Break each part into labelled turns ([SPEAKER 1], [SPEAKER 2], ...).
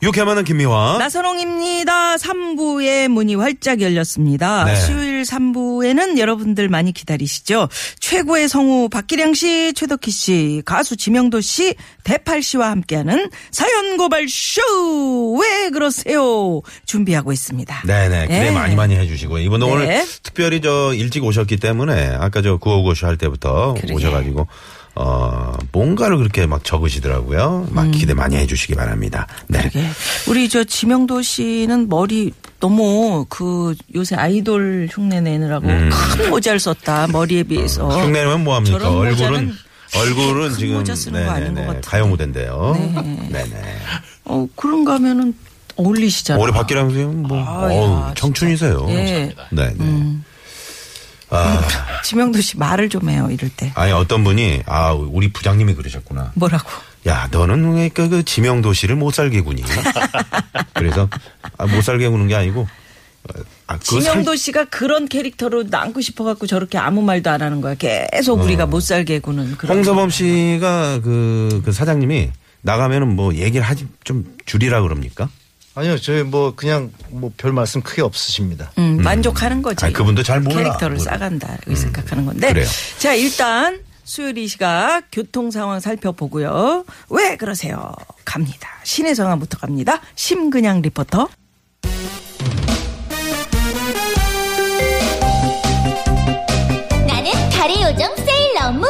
[SPEAKER 1] 유쾌만한 김미화.
[SPEAKER 2] 나선홍입니다. 3부의 문이 활짝 열렸습니다.
[SPEAKER 1] 네.
[SPEAKER 2] 수요일 3부에는 여러분들 많이 기다리시죠. 최고의 성우 박기량 씨, 최덕희 씨, 가수 지명도 씨, 대팔 씨와 함께하는 사연 고발 쇼! 왜 그러세요? 준비하고 있습니다.
[SPEAKER 1] 네네 기대
[SPEAKER 2] 예.
[SPEAKER 1] 많이 많이 해주시고 이번
[SPEAKER 2] 네.
[SPEAKER 1] 오늘 특별히 저 일찍 오셨기 때문에 아까 저 구호고쇼 할 때부터 오셔가지고 어 뭔가를 그렇게 막 적으시더라고요. 막 기대
[SPEAKER 2] 음.
[SPEAKER 1] 많이 해주시기 바랍니다. 네.
[SPEAKER 2] 예. 우리 저 지명도 씨는 머리 너무 그 요새 아이돌 흉내 내느라고 큰 모자를 썼다. 머리에 비해서.
[SPEAKER 1] 음. 어, 흉내내면 뭐합니까?
[SPEAKER 2] 어. 저런
[SPEAKER 1] 얼굴은
[SPEAKER 2] 모자는
[SPEAKER 1] 얼굴은
[SPEAKER 2] 큰
[SPEAKER 1] 지금
[SPEAKER 2] 모자 쓰는 거 아닌 것 같은데.
[SPEAKER 1] 가요 무대인데요.
[SPEAKER 2] 네.
[SPEAKER 1] 네. 네
[SPEAKER 2] 어, 그런가 하면은 어울리시잖아요.
[SPEAKER 1] 올해 박기랑 선생님 뭐
[SPEAKER 2] 아,
[SPEAKER 1] 어우,
[SPEAKER 2] 야,
[SPEAKER 1] 청춘이세요.
[SPEAKER 2] 진짜.
[SPEAKER 1] 네.
[SPEAKER 2] 예.
[SPEAKER 1] 네. 아
[SPEAKER 2] 지명도 씨 말을 좀 해요, 이럴 때.
[SPEAKER 1] 아니 어떤 분이 아 우리 부장님이 그러셨구나.
[SPEAKER 2] 뭐라고?
[SPEAKER 1] 야 너는 그러니까 그 지명 도시를 못 살게 구니. 그래서 아, 못 살게 구는 게 아니고 어, 아, 그거 살-
[SPEAKER 2] 지명도 씨가 그런 캐릭터로 남고 싶어갖고 저렇게 아무 말도 안 하는 거야. 계속 우리가 못 살게 구는 그런.
[SPEAKER 1] 어. 홍서범 씨가 그, 그 사장님이 나가면은 뭐 얘기를 하지 좀 줄이라 그럽니까?
[SPEAKER 3] 아니요, 저희 뭐 그냥 뭐 별 말씀 크게 없으십니다.
[SPEAKER 2] 음, 만족하는 거지.
[SPEAKER 1] 아니, 그분도 잘 몰라.
[SPEAKER 2] 캐릭터를
[SPEAKER 1] 몰라. 음.
[SPEAKER 2] 싸간다. 이 생각하는 건데.
[SPEAKER 1] 그래요.
[SPEAKER 2] 자, 일단 수요일 이 시각 교통 상황 살펴보고요. 왜 그러세요? 갑니다. 신의 상황부터 갑니다. 심근양 리포터.
[SPEAKER 4] 나는 달의 요정 세일러문.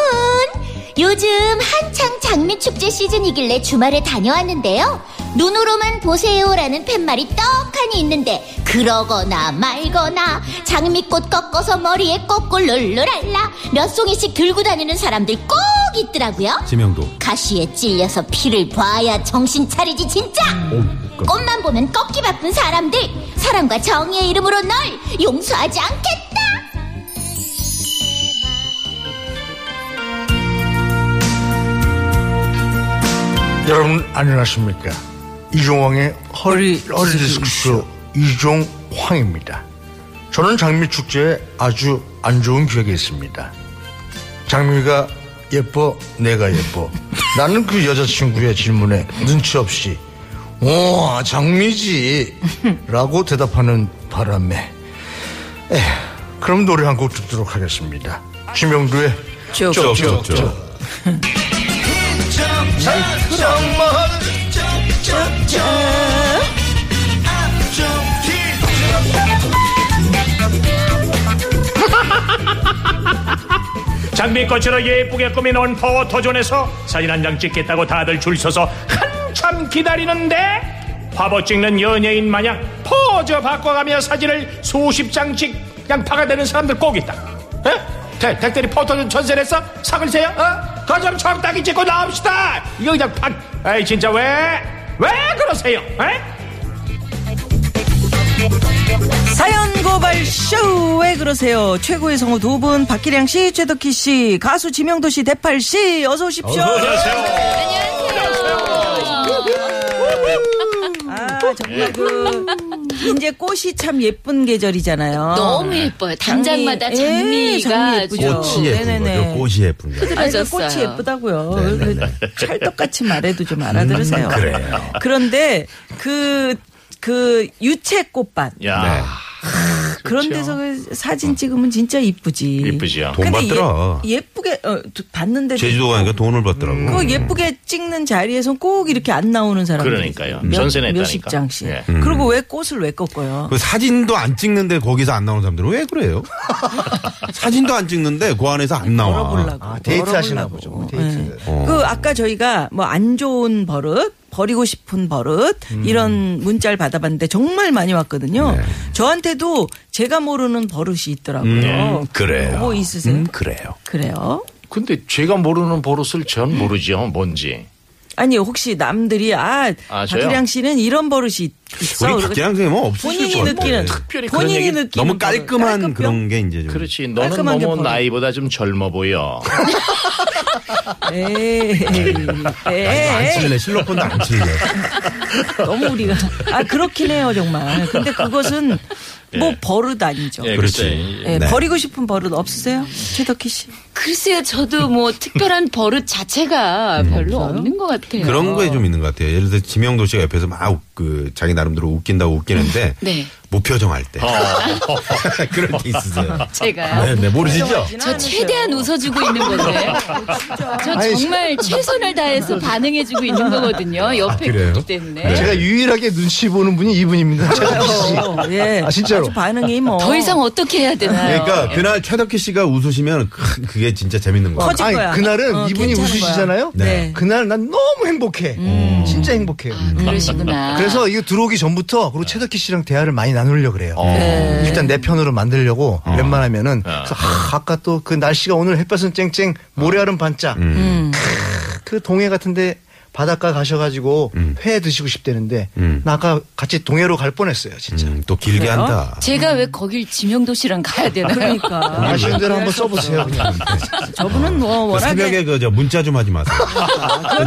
[SPEAKER 4] 요즘 한창 장미 축제 시즌이길래 주말에 다녀왔는데요. 눈으로만 보세요라는 팻말이 떡하니 있는데 그러거나 말거나 장미꽃 꺾어서 머리에 꽂고 룰루랄라 몇 송이씩 들고 다니는 사람들 꼭 있더라고요.
[SPEAKER 1] 지명도.
[SPEAKER 4] 가시에 찔려서 피를 봐야 정신 차리지 진짜.
[SPEAKER 1] 그러니까
[SPEAKER 4] 꽃만 보면 꺾기 바쁜 사람들 사랑과 정의의 이름으로 널 용서하지 않겠다.
[SPEAKER 3] 여러분 안녕하십니까? 이종황의 허리 허리 디스크쇼 이종황입니다. 저는 장미 축제에 아주 안 좋은 기억이 있습니다. 장미가 예뻐, 내가 예뻐. 나는 그 여자친구의 질문에 눈치 없이 오 장미지라고 대답하는 바람에 에 그럼 노래 한 곡 듣도록 하겠습니다. 김영두의
[SPEAKER 2] 쭉.
[SPEAKER 1] 쪽.
[SPEAKER 5] 장미꽃으로 예쁘게 꾸며놓은 포토존에서 사진 한 장 찍겠다고 다들 줄 서서 한참 기다리는데 화보 찍는 연예인 마냥 포즈 바꿔가며 사진을 수십 장씩 양파가 되는 사람들 꼭 있다. 에? 대, 댁들이 포토존 전세냈어? 사글 세요? 어? 거점 적당히 찍고 나옵시다. 이거 그냥 팍. 에이 진짜 왜? 왜 그러세요? 에?
[SPEAKER 2] 사연 고발 쇼왜 그러세요? 최고의 성우 두 분 박기량 씨, 최덕희 씨, 가수 지명도 씨, 대팔 씨 어서 오십시오. 아 정말 그 이제 꽃이 참 예쁜 계절이잖아요.
[SPEAKER 6] 너무 예뻐요. 단장마다
[SPEAKER 2] 장미, 예,
[SPEAKER 6] 장미가
[SPEAKER 2] 장미 예쁘죠.
[SPEAKER 1] 꽃이 예쁜 거죠.
[SPEAKER 2] 네네네.
[SPEAKER 1] 꽃이 예쁜 거.
[SPEAKER 2] 아니, 그
[SPEAKER 6] 맞았어요.
[SPEAKER 2] 꽃이 예쁘다고요.
[SPEAKER 1] 네네네.
[SPEAKER 2] 그 찰떡같이 말해도 좀 알아들으세요.
[SPEAKER 1] 음, 그래요.
[SPEAKER 2] 그런데 그, 그 유채꽃밭.
[SPEAKER 1] 네.
[SPEAKER 2] 그런 데서 그 사진 찍으면 진짜 이쁘지.
[SPEAKER 5] 이쁘지요.
[SPEAKER 1] 돈
[SPEAKER 2] 근데
[SPEAKER 1] 받더라.
[SPEAKER 2] 예, 쁘게 어, 두- 봤는데.
[SPEAKER 1] 제주도 가니까 돈을 받더라고.
[SPEAKER 2] 음. 그 예쁘게 찍는 자리에선 꼭 이렇게 안 나오는 사람들.
[SPEAKER 5] 그러니까요.
[SPEAKER 2] 몇,
[SPEAKER 5] 전세 냈다니까.
[SPEAKER 2] 몇십 장씩.
[SPEAKER 5] 예.
[SPEAKER 2] 그리고 왜 꽃을 왜 꺾어요?
[SPEAKER 1] 그 사진도 안 찍는데 거기서 안 나오는 사람들은 왜 그래요? 사진도 안 찍는데 그 안에서 안 나와.
[SPEAKER 2] 걸어보려고.
[SPEAKER 3] 아, 데이트 하시나
[SPEAKER 2] 걸어보려고.
[SPEAKER 3] 보죠. 데이트.
[SPEAKER 2] 그 아까 저희가 뭐 안 좋은 버릇 버리고 싶은 버릇 이런 문자를 받아봤는데 정말 많이 왔거든요. 저한테도 제가 모르는 버릇이 있더라고요.
[SPEAKER 1] 음, 그래요.
[SPEAKER 2] 뭐 있으세요?
[SPEAKER 1] 음, 그래요.
[SPEAKER 2] 그래요?
[SPEAKER 5] 근데 제가 모르는 버릇을 전 모르지요. 뭔지.
[SPEAKER 2] 아니 혹시 남들이 아
[SPEAKER 5] 아, 저요?
[SPEAKER 2] 박기량 씨는 이런 버릇이 있어.
[SPEAKER 1] 우리 박기량 선생님 은 없으실
[SPEAKER 2] 본인이
[SPEAKER 1] 것 같아요.
[SPEAKER 2] 느끼는
[SPEAKER 5] 특별히 그런
[SPEAKER 2] 본인이
[SPEAKER 5] 얘기-
[SPEAKER 2] 느끼는
[SPEAKER 1] 너무 깔끔한
[SPEAKER 2] 거는
[SPEAKER 1] 그런 게 이제 좀
[SPEAKER 5] 그렇지. 너는
[SPEAKER 2] 깔끔하게
[SPEAKER 5] 너무
[SPEAKER 2] 보내.
[SPEAKER 5] 나이보다 좀 젊어 보여.
[SPEAKER 2] 깔끔병. 에이,
[SPEAKER 1] 안
[SPEAKER 2] 에이, 에이,
[SPEAKER 1] 칠래 실로폰도 안 칠래.
[SPEAKER 2] 예. 너무 우리가 아 그렇긴 해요 정말. 근데 그것은 뭐 버릇 아니죠.
[SPEAKER 5] 예,
[SPEAKER 1] 그렇지.
[SPEAKER 2] 예,
[SPEAKER 1] 네.
[SPEAKER 2] 버리고 싶은 버릇 없으세요, 최덕희 씨?
[SPEAKER 6] 글쎄요, 저도 뭐 특별한 버릇 자체가 별로 음, 없는 것 같아요.
[SPEAKER 1] 그런 거에 좀 있는 것 같아요. 예를 들어 지명도 씨가 옆에서 막 그 자기 나름대로 웃긴다고 웃기는데
[SPEAKER 6] 네.
[SPEAKER 1] 무표정 할 때. 그럴 때 있으세요.
[SPEAKER 6] 제가요?
[SPEAKER 1] 네, 네, 모르시죠?
[SPEAKER 6] 저 최대한 웃어주고 있는 건데. 저 정말 최선을 다해서 반응해주고 있는 거거든요. 옆에
[SPEAKER 1] 아, 그래요? 네.
[SPEAKER 6] 있기 때문에.
[SPEAKER 3] 제가 유일하게 눈치 보는 분이 이분입니다. 최덕희 씨.
[SPEAKER 2] 어, 예.
[SPEAKER 3] 아, 진짜로?
[SPEAKER 2] 아주 반응이 뭐.
[SPEAKER 6] 더 이상 어떻게 해야 되나요?
[SPEAKER 1] 그러니까 그날 최덕희 씨가 웃으시면 크, 그게 진짜 재밌는 거예요.
[SPEAKER 2] 터질 거야.
[SPEAKER 3] 그날은
[SPEAKER 2] 어,
[SPEAKER 3] 이분이
[SPEAKER 2] 괜찮은 거야.
[SPEAKER 3] 웃으시잖아요.
[SPEAKER 2] 네.
[SPEAKER 3] 그날 난 너무 행복해. 진짜 행복해요.
[SPEAKER 6] 음. 아, 그러시구나.
[SPEAKER 3] 그래서 이거 들어오기 전부터 그리고 최덕희 씨랑 대화를 많이 나누려고 그래요.
[SPEAKER 7] 어.
[SPEAKER 6] 네.
[SPEAKER 3] 일단 내 편으로 만들려고 웬만하면은 그래서 아, 아까 또 그 날씨가 오늘 햇볕은 쨍쨍 모래알은 반짝
[SPEAKER 7] 음.
[SPEAKER 6] 음.
[SPEAKER 3] 크으, 그 동해 같은데 바닷가 가셔가지고
[SPEAKER 7] 음.
[SPEAKER 3] 회 드시고 싶대는데 나 아까 같이 동해로 갈 뻔했어요 진짜.
[SPEAKER 1] 음, 또 길게
[SPEAKER 2] 그래요?
[SPEAKER 1] 한다.
[SPEAKER 6] 제가 왜 거길 지명도 씨랑 가야 되나요?
[SPEAKER 2] 그러니까
[SPEAKER 3] 아쉬운 대로 한번 써보세요 그냥.
[SPEAKER 2] 저분은 뭐
[SPEAKER 1] 그
[SPEAKER 2] 워낙에
[SPEAKER 1] 새벽에 그 저 문자 좀 하지 마세요.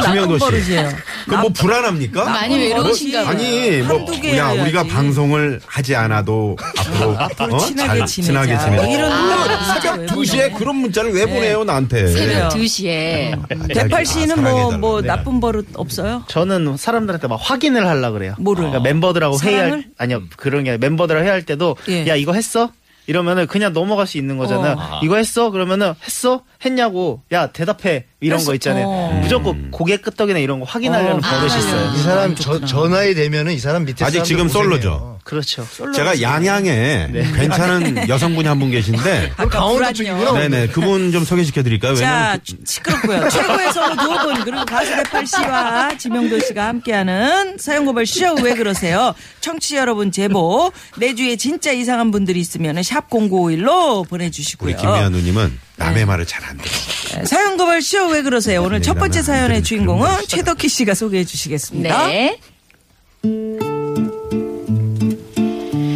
[SPEAKER 1] 지명도 씨.
[SPEAKER 2] 버릇이에요.
[SPEAKER 1] 그뭐 불안합니까?
[SPEAKER 6] 많이 외로우신가 봐요.
[SPEAKER 1] 아니 뭐
[SPEAKER 2] 한두 개
[SPEAKER 1] 그냥 우리가
[SPEAKER 2] 해야지.
[SPEAKER 1] 방송을 하지 않아도 앞으로, 어?
[SPEAKER 2] 앞으로 친하게
[SPEAKER 1] 잘
[SPEAKER 2] 지내자.
[SPEAKER 1] 친하게 지내자.
[SPEAKER 2] 뭐 이런 생각을 네.
[SPEAKER 1] 아,
[SPEAKER 2] 진짜 왜
[SPEAKER 1] 새벽 2시에 그런 문자를 왜 보내요 나한테?
[SPEAKER 2] 그래요. 네.
[SPEAKER 6] 새벽 2시에.
[SPEAKER 2] 대팔 씨는
[SPEAKER 1] 네. 아,
[SPEAKER 2] 뭐 뭐
[SPEAKER 1] 사랑해달라고. 네.
[SPEAKER 2] 나쁜 버릇 없어요?
[SPEAKER 7] 저는 사람들한테 막 확인을 하려 그래요.
[SPEAKER 2] 뭐를?
[SPEAKER 1] 아,
[SPEAKER 7] 그러니까 멤버들하고 회의할
[SPEAKER 2] 사랑을?
[SPEAKER 7] 아니요 그런 게 아니라 멤버들하고 회의할 때도
[SPEAKER 2] 예.
[SPEAKER 7] 야 이거 했어? 이러면은 그냥 넘어갈 수 있는 거잖아요. 이거 했어? 그러면은 했어? 했냐고 야 대답해 이런
[SPEAKER 2] 했어?
[SPEAKER 7] 거 있잖아요.
[SPEAKER 2] 어.
[SPEAKER 7] 무조건 고개 끄덕이나 이런 거
[SPEAKER 2] 어,
[SPEAKER 7] 확인하려는 버릇이 있어요.
[SPEAKER 3] 이 사람 저, 전화에 되면은 이 사람 밑에
[SPEAKER 1] 아직
[SPEAKER 3] 사람들
[SPEAKER 1] 지금
[SPEAKER 3] 고생해요.
[SPEAKER 1] 솔로죠.
[SPEAKER 7] 그렇죠.
[SPEAKER 1] 제가 양양에 괜찮은 여성분이 한 분 계신데
[SPEAKER 2] 네. 아까
[SPEAKER 3] 강원도
[SPEAKER 2] 불안요.
[SPEAKER 3] 쪽이구나.
[SPEAKER 1] 네네 그분 좀 소개시켜 드릴까요?
[SPEAKER 2] 자
[SPEAKER 1] 왜냐면
[SPEAKER 2] 시끄럽고요. 최고의 성우 두분 그리고 가수 대팔 씨와 지명도 씨가 함께하는 사연고발 쇼왜 그러세요? 청취 여러분 제보 내주에 진짜 이상한 분들이 있으면 샵 #0951로
[SPEAKER 1] 그 우리
[SPEAKER 2] 보내주시고요.
[SPEAKER 1] 김미아 누님은
[SPEAKER 2] 네.
[SPEAKER 1] 남의 말을 잘 안 들어.
[SPEAKER 2] 사연고발 쇼왜 그러세요? 오늘 첫 번째 사연의
[SPEAKER 1] 네.
[SPEAKER 2] 주인공은 최덕희 씨가 소개해 주시겠습니다.
[SPEAKER 6] 네.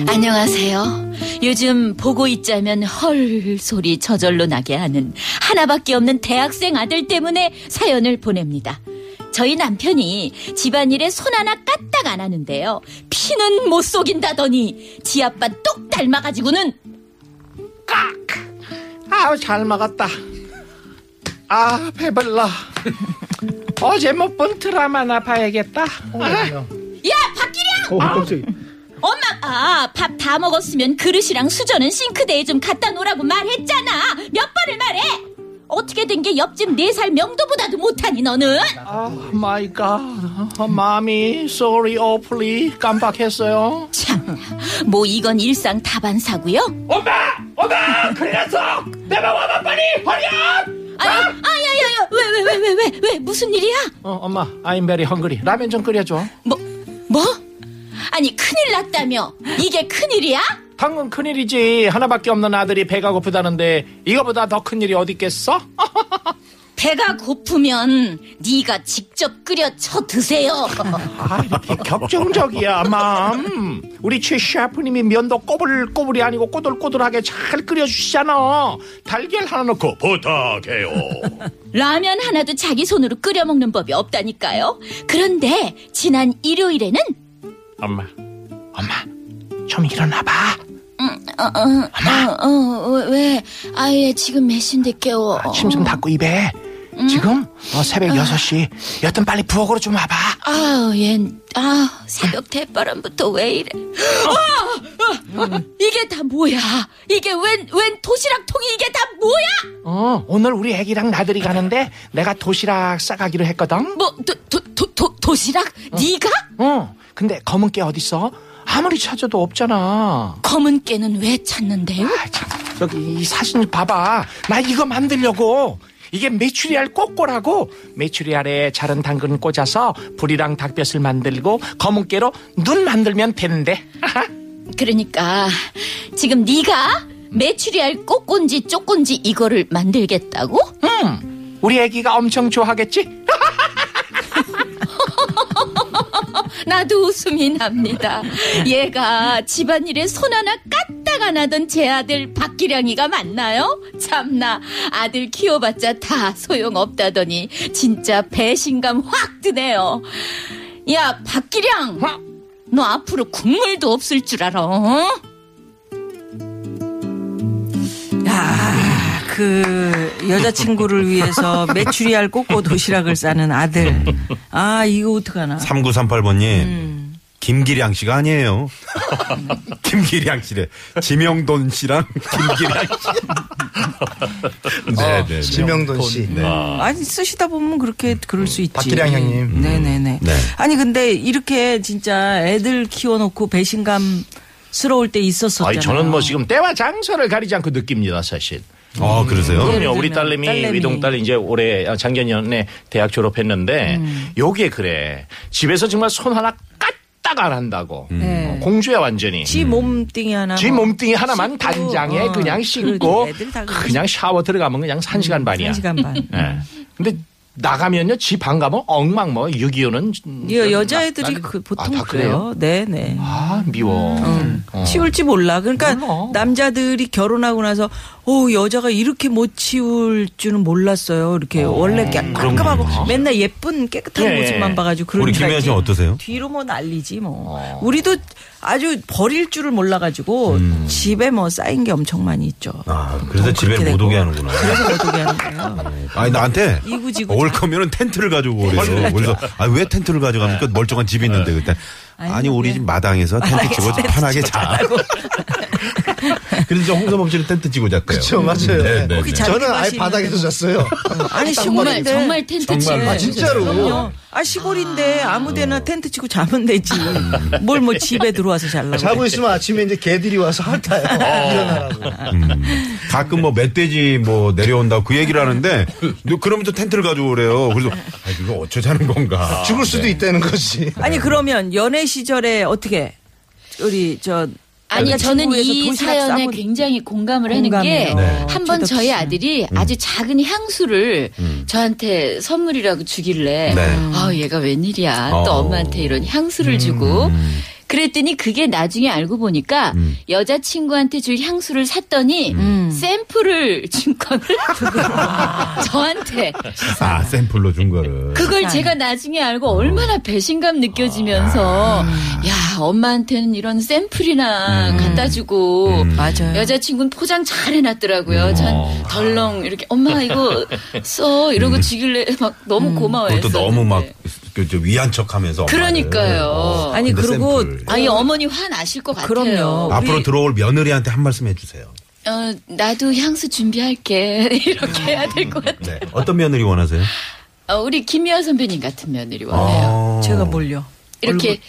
[SPEAKER 6] 안녕하세요. 요즘 보고 있자면 헐 소리 저절로 나게 하는 하나밖에 없는 대학생 아들 때문에 사연을 보냅니다. 저희 남편이 집안일에 손 하나 까딱 안 하는데요. 피는 못 속인다더니 지 아빠 똑 닮아가지고는
[SPEAKER 7] 아우 잘 먹었다.
[SPEAKER 5] 아 배불러. 어제 못 본 드라마나 봐야겠다. 아?
[SPEAKER 6] 야 박기량! 엄마, 아, 밥 다 먹었으면 그릇이랑 수저는 싱크대에 좀 갖다 놓으라고 말했잖아. 몇 번을 말해? 어떻게 된 게 옆집 네 살 명도보다도 못하니 너는?
[SPEAKER 5] 아 마이 갓. 마미 sorry awfully 깜빡했어요.
[SPEAKER 6] 참, 뭐 이건 일상 다반사고요.
[SPEAKER 5] 엄마 엄마 그래서 내 마음 빨리 화려.
[SPEAKER 6] 아유, 아야야야, 왜, 왜, 왜, 왜, 왜, 왜, 무슨 일이야?
[SPEAKER 5] 어 엄마 I'm very hungry. 라면 좀 끓여줘.
[SPEAKER 6] 뭐, 뭐? 아니 큰일 났다며? 이게 큰일이야?
[SPEAKER 5] 당근 큰일이지 하나밖에 없는 아들이 배가 고프다는데 이거보다 더 큰일이 어딨겠어?
[SPEAKER 6] 배가 고프면 네가 직접 끓여쳐 드세요.
[SPEAKER 5] 아 이렇게 격정적이야 맘 우리 최 셰프님이 면도 꼬불꼬불이 아니고 꼬들꼬들하게 잘 끓여주시잖아 달걀 하나 넣고 부탁해요
[SPEAKER 6] 라면 하나도 자기 손으로 끓여 먹는 법이 없다니까요. 그런데 지난 일요일에는
[SPEAKER 5] 엄마 엄마 좀 일어나봐
[SPEAKER 6] 어, 어, 왜 아예 지금 몇 시인데 깨워?
[SPEAKER 5] 아, 침 좀 닦고 입에 지금 어, 새벽 6시 여튼 빨리 부엌으로 좀 와봐
[SPEAKER 6] 아우 얘아 새벽 대바람부터 왜 이래? 아! 아! 이게 다 뭐야? 이게 웬 웬 도시락 통이 이게 다 뭐야?
[SPEAKER 5] 어 오늘 우리 애기랑 나들이 가는데 내가 도시락 싸가기로 했거든
[SPEAKER 6] 뭐 도 도 도 도, 시락 네가
[SPEAKER 5] 어 근데 검은 깨 어딨어? 아무리 찾아도 없잖아
[SPEAKER 6] 검은 깨는 왜 찾는데요?
[SPEAKER 5] 아, 참. 여기 이 사진 봐봐. 나 이거 만들려고. 이게 메추리알 꼬꼬라고 메추리알에 자른 당근 꽂아서 불이랑 닭볕을 만들고 검은깨로 눈 만들면 되는데.
[SPEAKER 6] 그러니까 지금 네가 메추리알 꼬꼰지 쪼꼰지 이거를 만들겠다고?
[SPEAKER 5] 우리 애기가 엄청 좋아하겠지?
[SPEAKER 6] 나도 웃음이 납니다. 얘가 집안일에 손 하나 까딱 안 하던 제 아들 박기량이가 맞나요? 참나 아들 키워봤자 다 소용없다더니 진짜 배신감 확 드네요. 야 박기량 너 앞으로 국물도 없을 줄 알아 어?
[SPEAKER 2] 야, 그 여자친구를 위해서 메추리알 꽂고 도시락을 싸는 아들. 아, 이거 어떡하나.
[SPEAKER 1] 3938번님. 김기량 씨가 아니에요. 김기량 씨래. 지명돈 씨랑 김기량 씨. 네, 네, 네.
[SPEAKER 3] 아, 지명돈 씨.
[SPEAKER 2] 아니, 쓰시다 보면 그렇게 그럴 수 있지. 음.
[SPEAKER 3] 박기량 형님.
[SPEAKER 2] 네네네.
[SPEAKER 1] 네.
[SPEAKER 2] 아니, 근데 이렇게 진짜 애들 키워놓고 배신감 스러울 때 있었었잖아요.
[SPEAKER 8] 아니 저는 뭐 지금 때와 장소를 가리지 않고 느낍니다 사실.
[SPEAKER 5] 네,
[SPEAKER 1] 아, 그러세요?
[SPEAKER 8] 그럼요. 우리 딸내미,
[SPEAKER 2] 딸내미.
[SPEAKER 8] 위동딸 이제 올해 아, 작년에 대학 졸업했는데
[SPEAKER 5] 음.
[SPEAKER 8] 요게 그래. 집에서 정말 손 하나 까딱 안 한다고.
[SPEAKER 5] 음.
[SPEAKER 8] 어, 공주야 완전히.
[SPEAKER 5] 네.
[SPEAKER 2] 지 몸뚱이 하나.
[SPEAKER 8] 음. 지
[SPEAKER 2] 뭐
[SPEAKER 8] 몸뚱이 하나만
[SPEAKER 2] 씻고,
[SPEAKER 8] 단장에
[SPEAKER 2] 어,
[SPEAKER 8] 그냥 씻고
[SPEAKER 2] 그러게. 애들 다 그러지. 음,
[SPEAKER 8] 그냥 샤워 들어가면 그냥 산시간 반이야.
[SPEAKER 2] 한 시간 반.
[SPEAKER 8] 예. 근데 나가면요. 지 방 가면 엉망 뭐 6.25는
[SPEAKER 2] 여, 여자애들이 그 어. 보통
[SPEAKER 8] 아, 다
[SPEAKER 2] 그래요. 네네.
[SPEAKER 8] 아, 미워.
[SPEAKER 2] 치울지 몰라. 그러니까
[SPEAKER 8] 몰라.
[SPEAKER 2] 남자들이 결혼하고 나서 어 여자가 이렇게 못 치울 줄은 몰랐어요. 이렇게 원래 깨- 깔끔하고 맨날 예쁜 깨끗한
[SPEAKER 8] 예.
[SPEAKER 2] 모습만 봐가지고 그런
[SPEAKER 1] 우리
[SPEAKER 2] 줄
[SPEAKER 1] 김혜연
[SPEAKER 2] 알지.
[SPEAKER 1] 씨 어떠세요?
[SPEAKER 2] 뒤로 뭐 난리지 뭐. 우리도 아주 버릴 줄을 몰라가지고 집에 뭐 쌓인 게 엄청 많이 있죠.
[SPEAKER 1] 아, 그래서 집에
[SPEAKER 2] 그렇게
[SPEAKER 1] 못
[SPEAKER 2] 되고.
[SPEAKER 1] 오게 하는구나.
[SPEAKER 2] 그래서 어떻게 하는 거예요?
[SPEAKER 1] 아니, 나한테
[SPEAKER 2] 이구지구.
[SPEAKER 1] 올 거면은 텐트를 가지고 오래요. 그래서, 아, 왜 텐트를 가져갑니까? 멀쩡한 집이 있는데, 그때. 아니, 우리 집 마당에서 텐트 치고 편하게 자. 그래서 홍서범 씨는 텐트 치고 잤대요.
[SPEAKER 3] 그쵸, 맞아요.
[SPEAKER 1] 네, 네,
[SPEAKER 2] 거기
[SPEAKER 1] 네.
[SPEAKER 2] 자-
[SPEAKER 3] 저는 아예
[SPEAKER 2] 자기
[SPEAKER 3] 바닥에서 잤어요.
[SPEAKER 2] 아니
[SPEAKER 6] 정말
[SPEAKER 2] 시골인데.
[SPEAKER 6] 정말 텐트 치고
[SPEAKER 2] 아,
[SPEAKER 3] 진짜로.
[SPEAKER 2] 그럼요. 아 시골인데 아무데나 텐트 치고 자면 되지. 뭘 뭐 집에 들어와서 잘라고.
[SPEAKER 3] 자고 있으면 아침에 이제 개들이 와서 핥아요.
[SPEAKER 1] 어.
[SPEAKER 3] 일어나라고.
[SPEAKER 1] 가끔 뭐 멧돼지 뭐 내려온다고 그 얘기를 하는데, 너 그러면 또 텐트를 가져오래요. 그래서, 아, 이거 어쩌자는 건가. 네.
[SPEAKER 3] 죽을 수도 있다는 거지.
[SPEAKER 2] 아니 그러면 연애 시절에 어떻게 우리 저
[SPEAKER 6] 아니 저는
[SPEAKER 2] 그러니까 친구에서
[SPEAKER 6] 이
[SPEAKER 2] 도시락
[SPEAKER 6] 사연에
[SPEAKER 2] 싸고-
[SPEAKER 6] 굉장히 공감을 하는
[SPEAKER 2] 공감해요.
[SPEAKER 6] 게
[SPEAKER 2] 네. 음.
[SPEAKER 6] 한 번
[SPEAKER 2] 최덕
[SPEAKER 6] 저희
[SPEAKER 2] 씨.
[SPEAKER 6] 아들이 아주 작은 향수를
[SPEAKER 2] 음.
[SPEAKER 6] 저한테 선물이라고 주길래
[SPEAKER 1] 네.
[SPEAKER 6] 아 얘가 웬일이야 또
[SPEAKER 1] 어.
[SPEAKER 6] 엄마한테 이런 향수를
[SPEAKER 2] 음.
[SPEAKER 6] 주고 그랬더니 그게 나중에 알고 보니까
[SPEAKER 2] 음.
[SPEAKER 6] 여자친구한테 줄 향수를 샀더니 샘플을 준 거를 저한테
[SPEAKER 1] 아, 샘플로 준 거를.
[SPEAKER 6] 그걸 제가 나중에 알고 얼마나 배신감 느껴지면서
[SPEAKER 2] 아.
[SPEAKER 6] 야 엄마한테는 이런 샘플이나
[SPEAKER 2] 음.
[SPEAKER 6] 갖다 주고
[SPEAKER 1] 음.
[SPEAKER 2] 맞아요.
[SPEAKER 6] 여자친구는 포장 잘 해놨더라고요.
[SPEAKER 1] 어.
[SPEAKER 6] 전 덜렁 이렇게 엄마 이거 써 이러고 주길래 막 너무
[SPEAKER 2] 음.
[SPEAKER 6] 고마워요.
[SPEAKER 1] 음. 그것도 너무 막, 그, 저 위한 척 하면서. 엄마를.
[SPEAKER 6] 그러니까요.
[SPEAKER 1] 어,
[SPEAKER 2] 아니,
[SPEAKER 1] 근데
[SPEAKER 2] 그리고
[SPEAKER 1] 샘플.
[SPEAKER 6] 아니 어머니 화 나실 것 같아요.
[SPEAKER 2] 그럼요.
[SPEAKER 1] 앞으로
[SPEAKER 2] 우리-
[SPEAKER 1] 들어올 며느리한테 한 말씀 해주세요.
[SPEAKER 6] 어, 나도 향수 준비할게 이렇게 해야 될 것 같아요.
[SPEAKER 1] 네. 어떤 며느리 원하세요?
[SPEAKER 6] 어, 우리 김미화 선배님 같은 며느리
[SPEAKER 1] 아.
[SPEAKER 6] 원해요.
[SPEAKER 1] 어.
[SPEAKER 2] 제가 뭘요?
[SPEAKER 6] 이렇게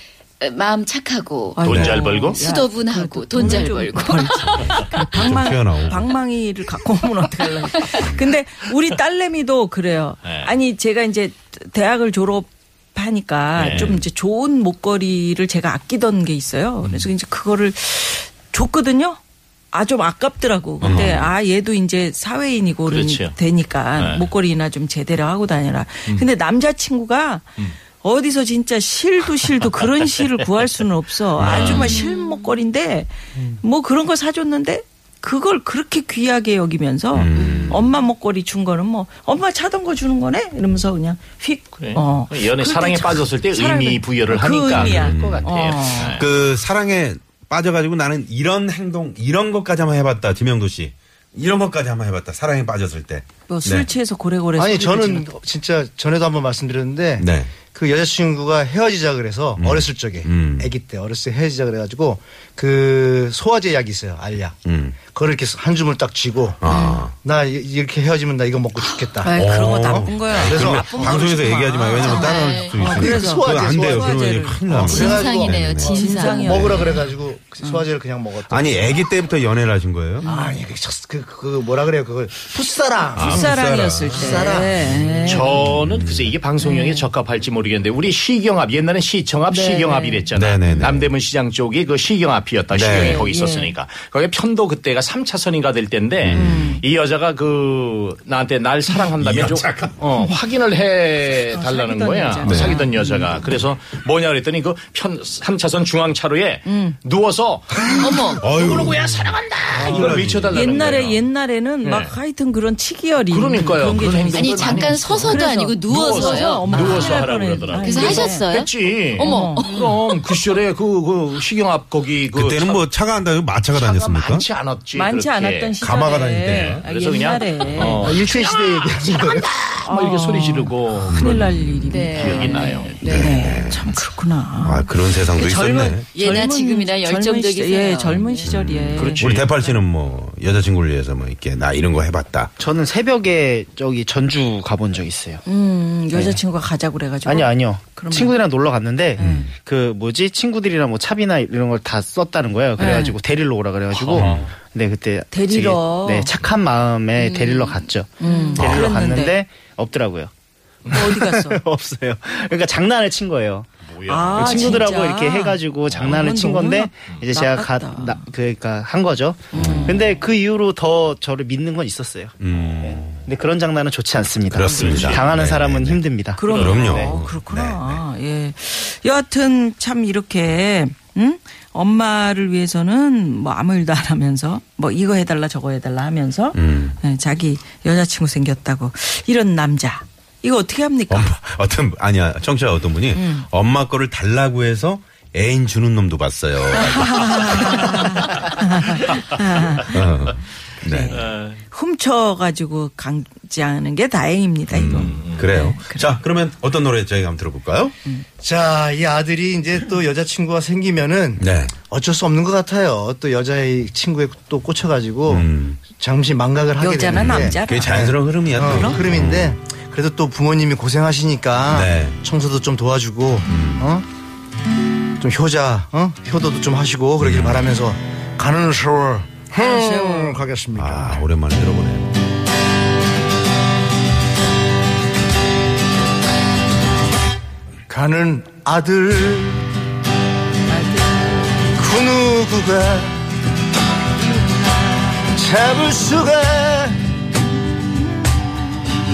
[SPEAKER 6] 어, 마음 착하고
[SPEAKER 8] 돈
[SPEAKER 2] 아이고. 네.
[SPEAKER 8] 잘 벌고?
[SPEAKER 6] 수더분하고 돈 잘 벌고
[SPEAKER 1] 좀 튀어나오고.
[SPEAKER 2] 방망이를 갖고 오면 어떡하려고. 근데 우리 딸내미도 그래요.
[SPEAKER 8] 네.
[SPEAKER 2] 아니 제가 이제 대학을 졸업하니까
[SPEAKER 8] 네.
[SPEAKER 2] 좀 이제 좋은 목걸이를 제가 아끼던 게 있어요.
[SPEAKER 8] 음.
[SPEAKER 2] 그래서 이제 그거를 줬거든요. 아, 좀 아깝더라고. 근데, 아, 얘도 이제 사회인이고
[SPEAKER 8] 음.
[SPEAKER 2] 그러니까
[SPEAKER 8] 그렇죠.
[SPEAKER 2] 되니까
[SPEAKER 8] 네. 음.
[SPEAKER 2] 목걸이나 좀 제대로 하고 다녀라. 근데 남자친구가 어디서 진짜 실도 실도 그런 실을 구할 수는
[SPEAKER 8] 음.
[SPEAKER 2] 없어. 아주만 실 목걸인데
[SPEAKER 1] 음.
[SPEAKER 2] 뭐 그런 거 사줬는데 그걸 그렇게 귀하게 여기면서
[SPEAKER 8] 음.
[SPEAKER 2] 엄마 목걸이 준 거는 뭐 엄마 차던 거 주는 거네 이러면서 그냥 휙.
[SPEAKER 8] 그래.
[SPEAKER 2] 어.
[SPEAKER 8] 연애
[SPEAKER 2] 그때
[SPEAKER 8] 사랑에
[SPEAKER 2] 참
[SPEAKER 8] 빠졌을 때
[SPEAKER 2] 사랑에
[SPEAKER 8] 의미 부여를
[SPEAKER 2] 그
[SPEAKER 8] 하니까 음.
[SPEAKER 2] 의미야.
[SPEAKER 8] 그럴 것 같아요.
[SPEAKER 2] 어.
[SPEAKER 8] 네.
[SPEAKER 1] 그 사랑에 빠져가지고 나는 이런 행동, 이런 것까지 한번 해봤다. 지명도 씨. 이런 것까지 한번 해봤다. 사랑에 빠졌을 때.
[SPEAKER 2] 뭐술
[SPEAKER 1] 네.
[SPEAKER 2] 취해서 고래고래.
[SPEAKER 3] 아니
[SPEAKER 2] 소리를
[SPEAKER 3] 저는
[SPEAKER 2] 지르고.
[SPEAKER 3] 진짜 전에도 한번 말씀드렸는데
[SPEAKER 1] 네.
[SPEAKER 3] 그 여자친구가 헤어지자 그래서 어렸을 적에
[SPEAKER 1] 음.
[SPEAKER 3] 아기 때 어렸을 때 헤어지자 그래가지고 그 소화제 약이 있어요 알약
[SPEAKER 1] 음.
[SPEAKER 3] 그걸 이렇게 한 줌을 딱 쥐고
[SPEAKER 1] 아.
[SPEAKER 3] 나 이- 이렇게 헤어지면 나 이거 먹고
[SPEAKER 2] 아
[SPEAKER 3] 죽겠다
[SPEAKER 2] 그런
[SPEAKER 1] 어.
[SPEAKER 2] 거 나쁜 거야.
[SPEAKER 3] 그래서
[SPEAKER 2] 나쁜 거를
[SPEAKER 1] 방송에서
[SPEAKER 2] 주지 마.
[SPEAKER 1] 얘기하지 마요. 왜냐면 따라할 수 있으니까.
[SPEAKER 2] 그래서
[SPEAKER 1] 그거 안
[SPEAKER 3] 소화제,
[SPEAKER 1] 돼요. 그러면
[SPEAKER 3] 소화제를.
[SPEAKER 1] 큰일 납니다.
[SPEAKER 6] 어, 진상이네요
[SPEAKER 1] 네.
[SPEAKER 6] 진상.
[SPEAKER 2] 진상이야.
[SPEAKER 3] 먹으라 그래가지고 그
[SPEAKER 2] 음.
[SPEAKER 3] 소화제를 그냥 먹었다
[SPEAKER 1] 아니, 아기 때부터 연애를 하신 거예요?
[SPEAKER 3] 아니 그, 저- 그, 그 뭐라 그래요 그걸 풋사랑
[SPEAKER 1] 아.
[SPEAKER 2] 풋사랑이었을 때.
[SPEAKER 3] 풋사랑.
[SPEAKER 2] 네.
[SPEAKER 8] 저는 글쎄 이게 방송용에 적합할지 모르겠는데 우리 시경합 옛날엔 시청합 시경합이랬잖아
[SPEAKER 1] 네, 네, 네.
[SPEAKER 8] 남대문 시장 쪽이 그 시경합이었다
[SPEAKER 1] 네.
[SPEAKER 2] 예.
[SPEAKER 8] 시경이 거기 있었으니까 거기 편도 그때가 3차선인가 될 때인데
[SPEAKER 2] 음.
[SPEAKER 8] 이 여자가 그 나한테 날 사랑한다면 좀 어, 확인을 해 달라는
[SPEAKER 2] 어, 사귀던
[SPEAKER 8] 거야.
[SPEAKER 2] 여자. 네. 음.
[SPEAKER 8] 그 사귀던 여자가. 그래서 뭐냐 그랬더니 그 편 3차선 중앙차로에
[SPEAKER 2] 음.
[SPEAKER 8] 누워서 어머
[SPEAKER 1] 아유.
[SPEAKER 8] 누구누구야 사랑한다 이걸 외쳐 달라는
[SPEAKER 2] 옛날에
[SPEAKER 8] 거예요.
[SPEAKER 2] 옛날에는 막 하여튼 그런 치기열이
[SPEAKER 8] 네. 그러니까요.
[SPEAKER 2] 그런 게
[SPEAKER 8] 그런
[SPEAKER 2] 좀 있었어요.
[SPEAKER 8] 행동들
[SPEAKER 6] 아니 잠깐 서서도
[SPEAKER 2] 그래서
[SPEAKER 6] 아니고
[SPEAKER 2] 누워서요?
[SPEAKER 6] 누워서요.
[SPEAKER 2] 어머,
[SPEAKER 8] 누워서
[SPEAKER 2] 큰일 날
[SPEAKER 8] 하라고
[SPEAKER 2] 뻔했네.
[SPEAKER 8] 그러더라.
[SPEAKER 6] 그래서
[SPEAKER 2] 아이고.
[SPEAKER 6] 하셨어요?
[SPEAKER 8] 했지.
[SPEAKER 6] 어머.
[SPEAKER 8] 그럼 그 시절에 그, 그 시경 앞 거기 그
[SPEAKER 1] 그때는
[SPEAKER 8] 차-
[SPEAKER 1] 뭐 차가 안 다니고 마차가
[SPEAKER 8] 차가
[SPEAKER 1] 다녔습니까?
[SPEAKER 8] 많지 않았지.
[SPEAKER 2] 많지
[SPEAKER 8] 그렇게. 네.
[SPEAKER 2] 않았던 시절에
[SPEAKER 1] 가마가 다닐 때.
[SPEAKER 2] 아,
[SPEAKER 8] 그래서 그냥
[SPEAKER 2] 옛날에 아,
[SPEAKER 8] 어,
[SPEAKER 3] 일제 시대 얘기하는 거예요.
[SPEAKER 8] 막뭐 이렇게 소리 지르고
[SPEAKER 2] 큰일
[SPEAKER 8] 그런
[SPEAKER 2] 날 일이
[SPEAKER 8] 기억이 나요.
[SPEAKER 2] 네. 참 그렇구나.
[SPEAKER 1] 아 그런 세상도 있었네.
[SPEAKER 6] 예나 지금이나 열정적이세요.
[SPEAKER 2] 예, 젊은 시절이에.
[SPEAKER 8] 그렇지.
[SPEAKER 1] 우리 대팔 씨는 뭐 여자친구를 위해서 뭐 이렇게 나 이런 거 해봤다.
[SPEAKER 7] 저는 새벽에 저기 전주 가본 적 있어요.
[SPEAKER 2] 음,
[SPEAKER 8] 네.
[SPEAKER 2] 여자친구가 가자고 그래가지고.
[SPEAKER 7] 아니요, 아니요.
[SPEAKER 2] 그러면- 음.
[SPEAKER 7] 친구들이랑 놀러 갔는데 그 뭐지 친구들이랑 뭐 차비나 이런 걸 다 썼다는 거예요. 그래가지고 데리러 오라 그래가지고 근데 그때
[SPEAKER 2] 네. 어. 데리러.
[SPEAKER 7] 되게, 네 착한 마음에 데리러 갔죠. 데리러
[SPEAKER 2] 아.
[SPEAKER 7] 갔는데
[SPEAKER 2] 그랬는데.
[SPEAKER 7] 없더라고요.
[SPEAKER 2] 뭐 어디 갔어?
[SPEAKER 8] 그
[SPEAKER 7] 없어요. 그러니까 장난을 친 거예요. 그
[SPEAKER 2] 아,
[SPEAKER 7] 친구들하고
[SPEAKER 2] 진짜?
[SPEAKER 7] 이렇게 해가지고 장난을
[SPEAKER 2] 아,
[SPEAKER 7] 친
[SPEAKER 2] 그건
[SPEAKER 7] 건데
[SPEAKER 2] 너무나
[SPEAKER 7] 이제 제가 가,
[SPEAKER 2] 나빴다. 음.
[SPEAKER 7] 나, 그러니까 한 거죠. 근데 그 이후로 더 저를 믿는 건 있었어요.
[SPEAKER 2] 네.
[SPEAKER 1] 음.
[SPEAKER 7] 근데 그런 장난은 좋지 않습니다.
[SPEAKER 1] 그렇습니다.
[SPEAKER 7] 당하는
[SPEAKER 1] 네,
[SPEAKER 7] 사람은
[SPEAKER 1] 네, 네.
[SPEAKER 7] 힘듭니다.
[SPEAKER 2] 그럼요.
[SPEAKER 1] 그럼요.
[SPEAKER 2] 어, 그렇구나. 예. 여하튼 참 이렇게 응? 엄마를 위해서는 뭐 아무 일도 안 하면서 뭐 이거 해달라 저거 해달라 하면서 예, 자기 여자친구 생겼다고 이런 남자 이거 어떻게 합니까?
[SPEAKER 1] 엄마 어떤 아니야 청취자 어떤 분이
[SPEAKER 2] 음.
[SPEAKER 1] 엄마 거를 달라고 해서 애인 주는 놈도 봤어요. 어. 네.
[SPEAKER 2] 훔쳐가지고 강제하는 게 다행입니다. 이거.
[SPEAKER 1] 음, 그래요. 자, 그러면 어떤 노래 저희가 한번 들어볼까요?
[SPEAKER 3] 자, 이 아들이 이제 또 여자친구가 생기면은
[SPEAKER 1] 네.
[SPEAKER 3] 어쩔 수 없는 것 같아요. 또 여자의 친구에 또 꽂혀가지고
[SPEAKER 1] 음.
[SPEAKER 3] 잠시 망각을 하게
[SPEAKER 2] 여자나
[SPEAKER 3] 되는데
[SPEAKER 2] 남자나.
[SPEAKER 1] 그게 자연스러운 흐름이야. 또.
[SPEAKER 3] 어, 흐름인데 그래도 또 부모님이 고생하시니까
[SPEAKER 1] 음. 네. 음.
[SPEAKER 3] 청소도 좀 도와주고 어? 좀 효자 어? 효도도 좀 하시고
[SPEAKER 1] 음.
[SPEAKER 3] 그러길 바라면서 가는 세월 흥 가겠습니다.
[SPEAKER 1] 아, 오랜만에 들어보네요.
[SPEAKER 3] 가는 아들 그 누구가 잡을 수가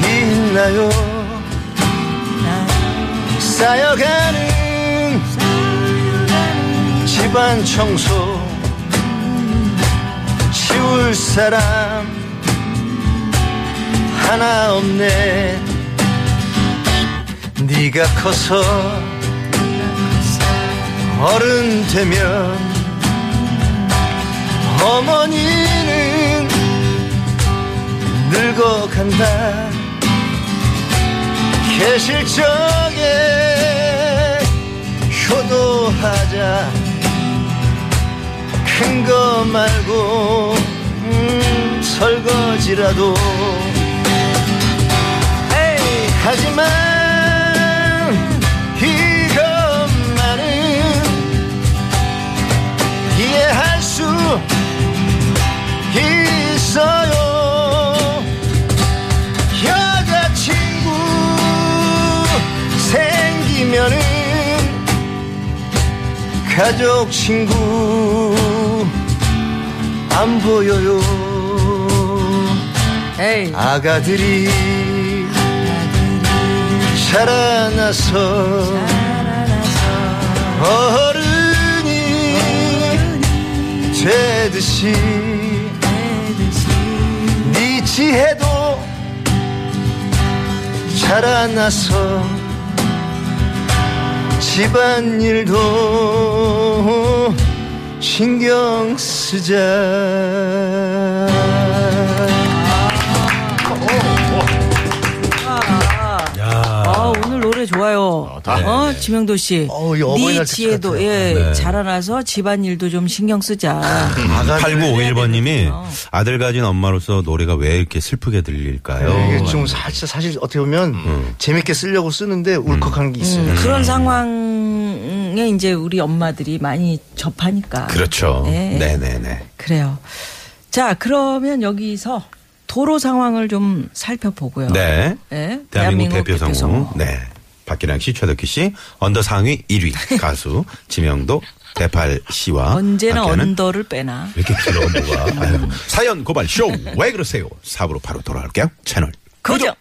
[SPEAKER 3] 있나요 쌓여가는 집안 청소 치울 사람 하나 없네 네가 커서 어른 되면 어머니는 늙어간다 계실 적에 효도하자 큰 거 말고 음, 설거지라도 에이, 하지만 이것만은 이해할 수 있어요 여자친구 생기면은 가족 친구 안 보여요
[SPEAKER 2] 에이.
[SPEAKER 3] 아가들이 자라나서 어른이 되듯이 네 지혜도 자라나서 집안일도 신경 쓰자.
[SPEAKER 2] 아, 오늘 노래 좋아요. 어, 지명도 씨.
[SPEAKER 3] 어우, 이 어버이날
[SPEAKER 2] 네
[SPEAKER 3] 특집
[SPEAKER 2] 지혜도
[SPEAKER 3] 같아요.
[SPEAKER 2] 예, 자라나서 집안일도 좀 신경 쓰자.
[SPEAKER 1] 8951번님이 음, 아들 가진 엄마로서 노래가 왜 이렇게 슬프게 들릴까요? 음.
[SPEAKER 3] 네, 이게 좀 사실, 사실 어떻게 보면 재밌게 쓰려고 쓰는데 울컥하는 게 있어요.
[SPEAKER 2] 음, 그런 상황에 이제 우리 엄마들이 많이 접하니까.
[SPEAKER 1] 그렇죠.
[SPEAKER 2] 네.
[SPEAKER 1] 네네네.
[SPEAKER 2] 그래요. 자, 그러면 여기서 도로 상황을 좀 살펴보고요.
[SPEAKER 1] 네.
[SPEAKER 2] 예,
[SPEAKER 1] 대한민국 네. 대표
[SPEAKER 2] 대표
[SPEAKER 1] 성우. 네. 박기량 씨, 최덕기 씨, 언더 상위 1위 가수 지명도 대팔 씨와
[SPEAKER 2] 언제나
[SPEAKER 1] 함께하는
[SPEAKER 2] 언더를 빼나.
[SPEAKER 1] 이렇게 길어 뭐가 아유. 사연 고발 쇼 왜 그러세요? 4부로 바로 돌아올게요. 채널
[SPEAKER 2] 고정.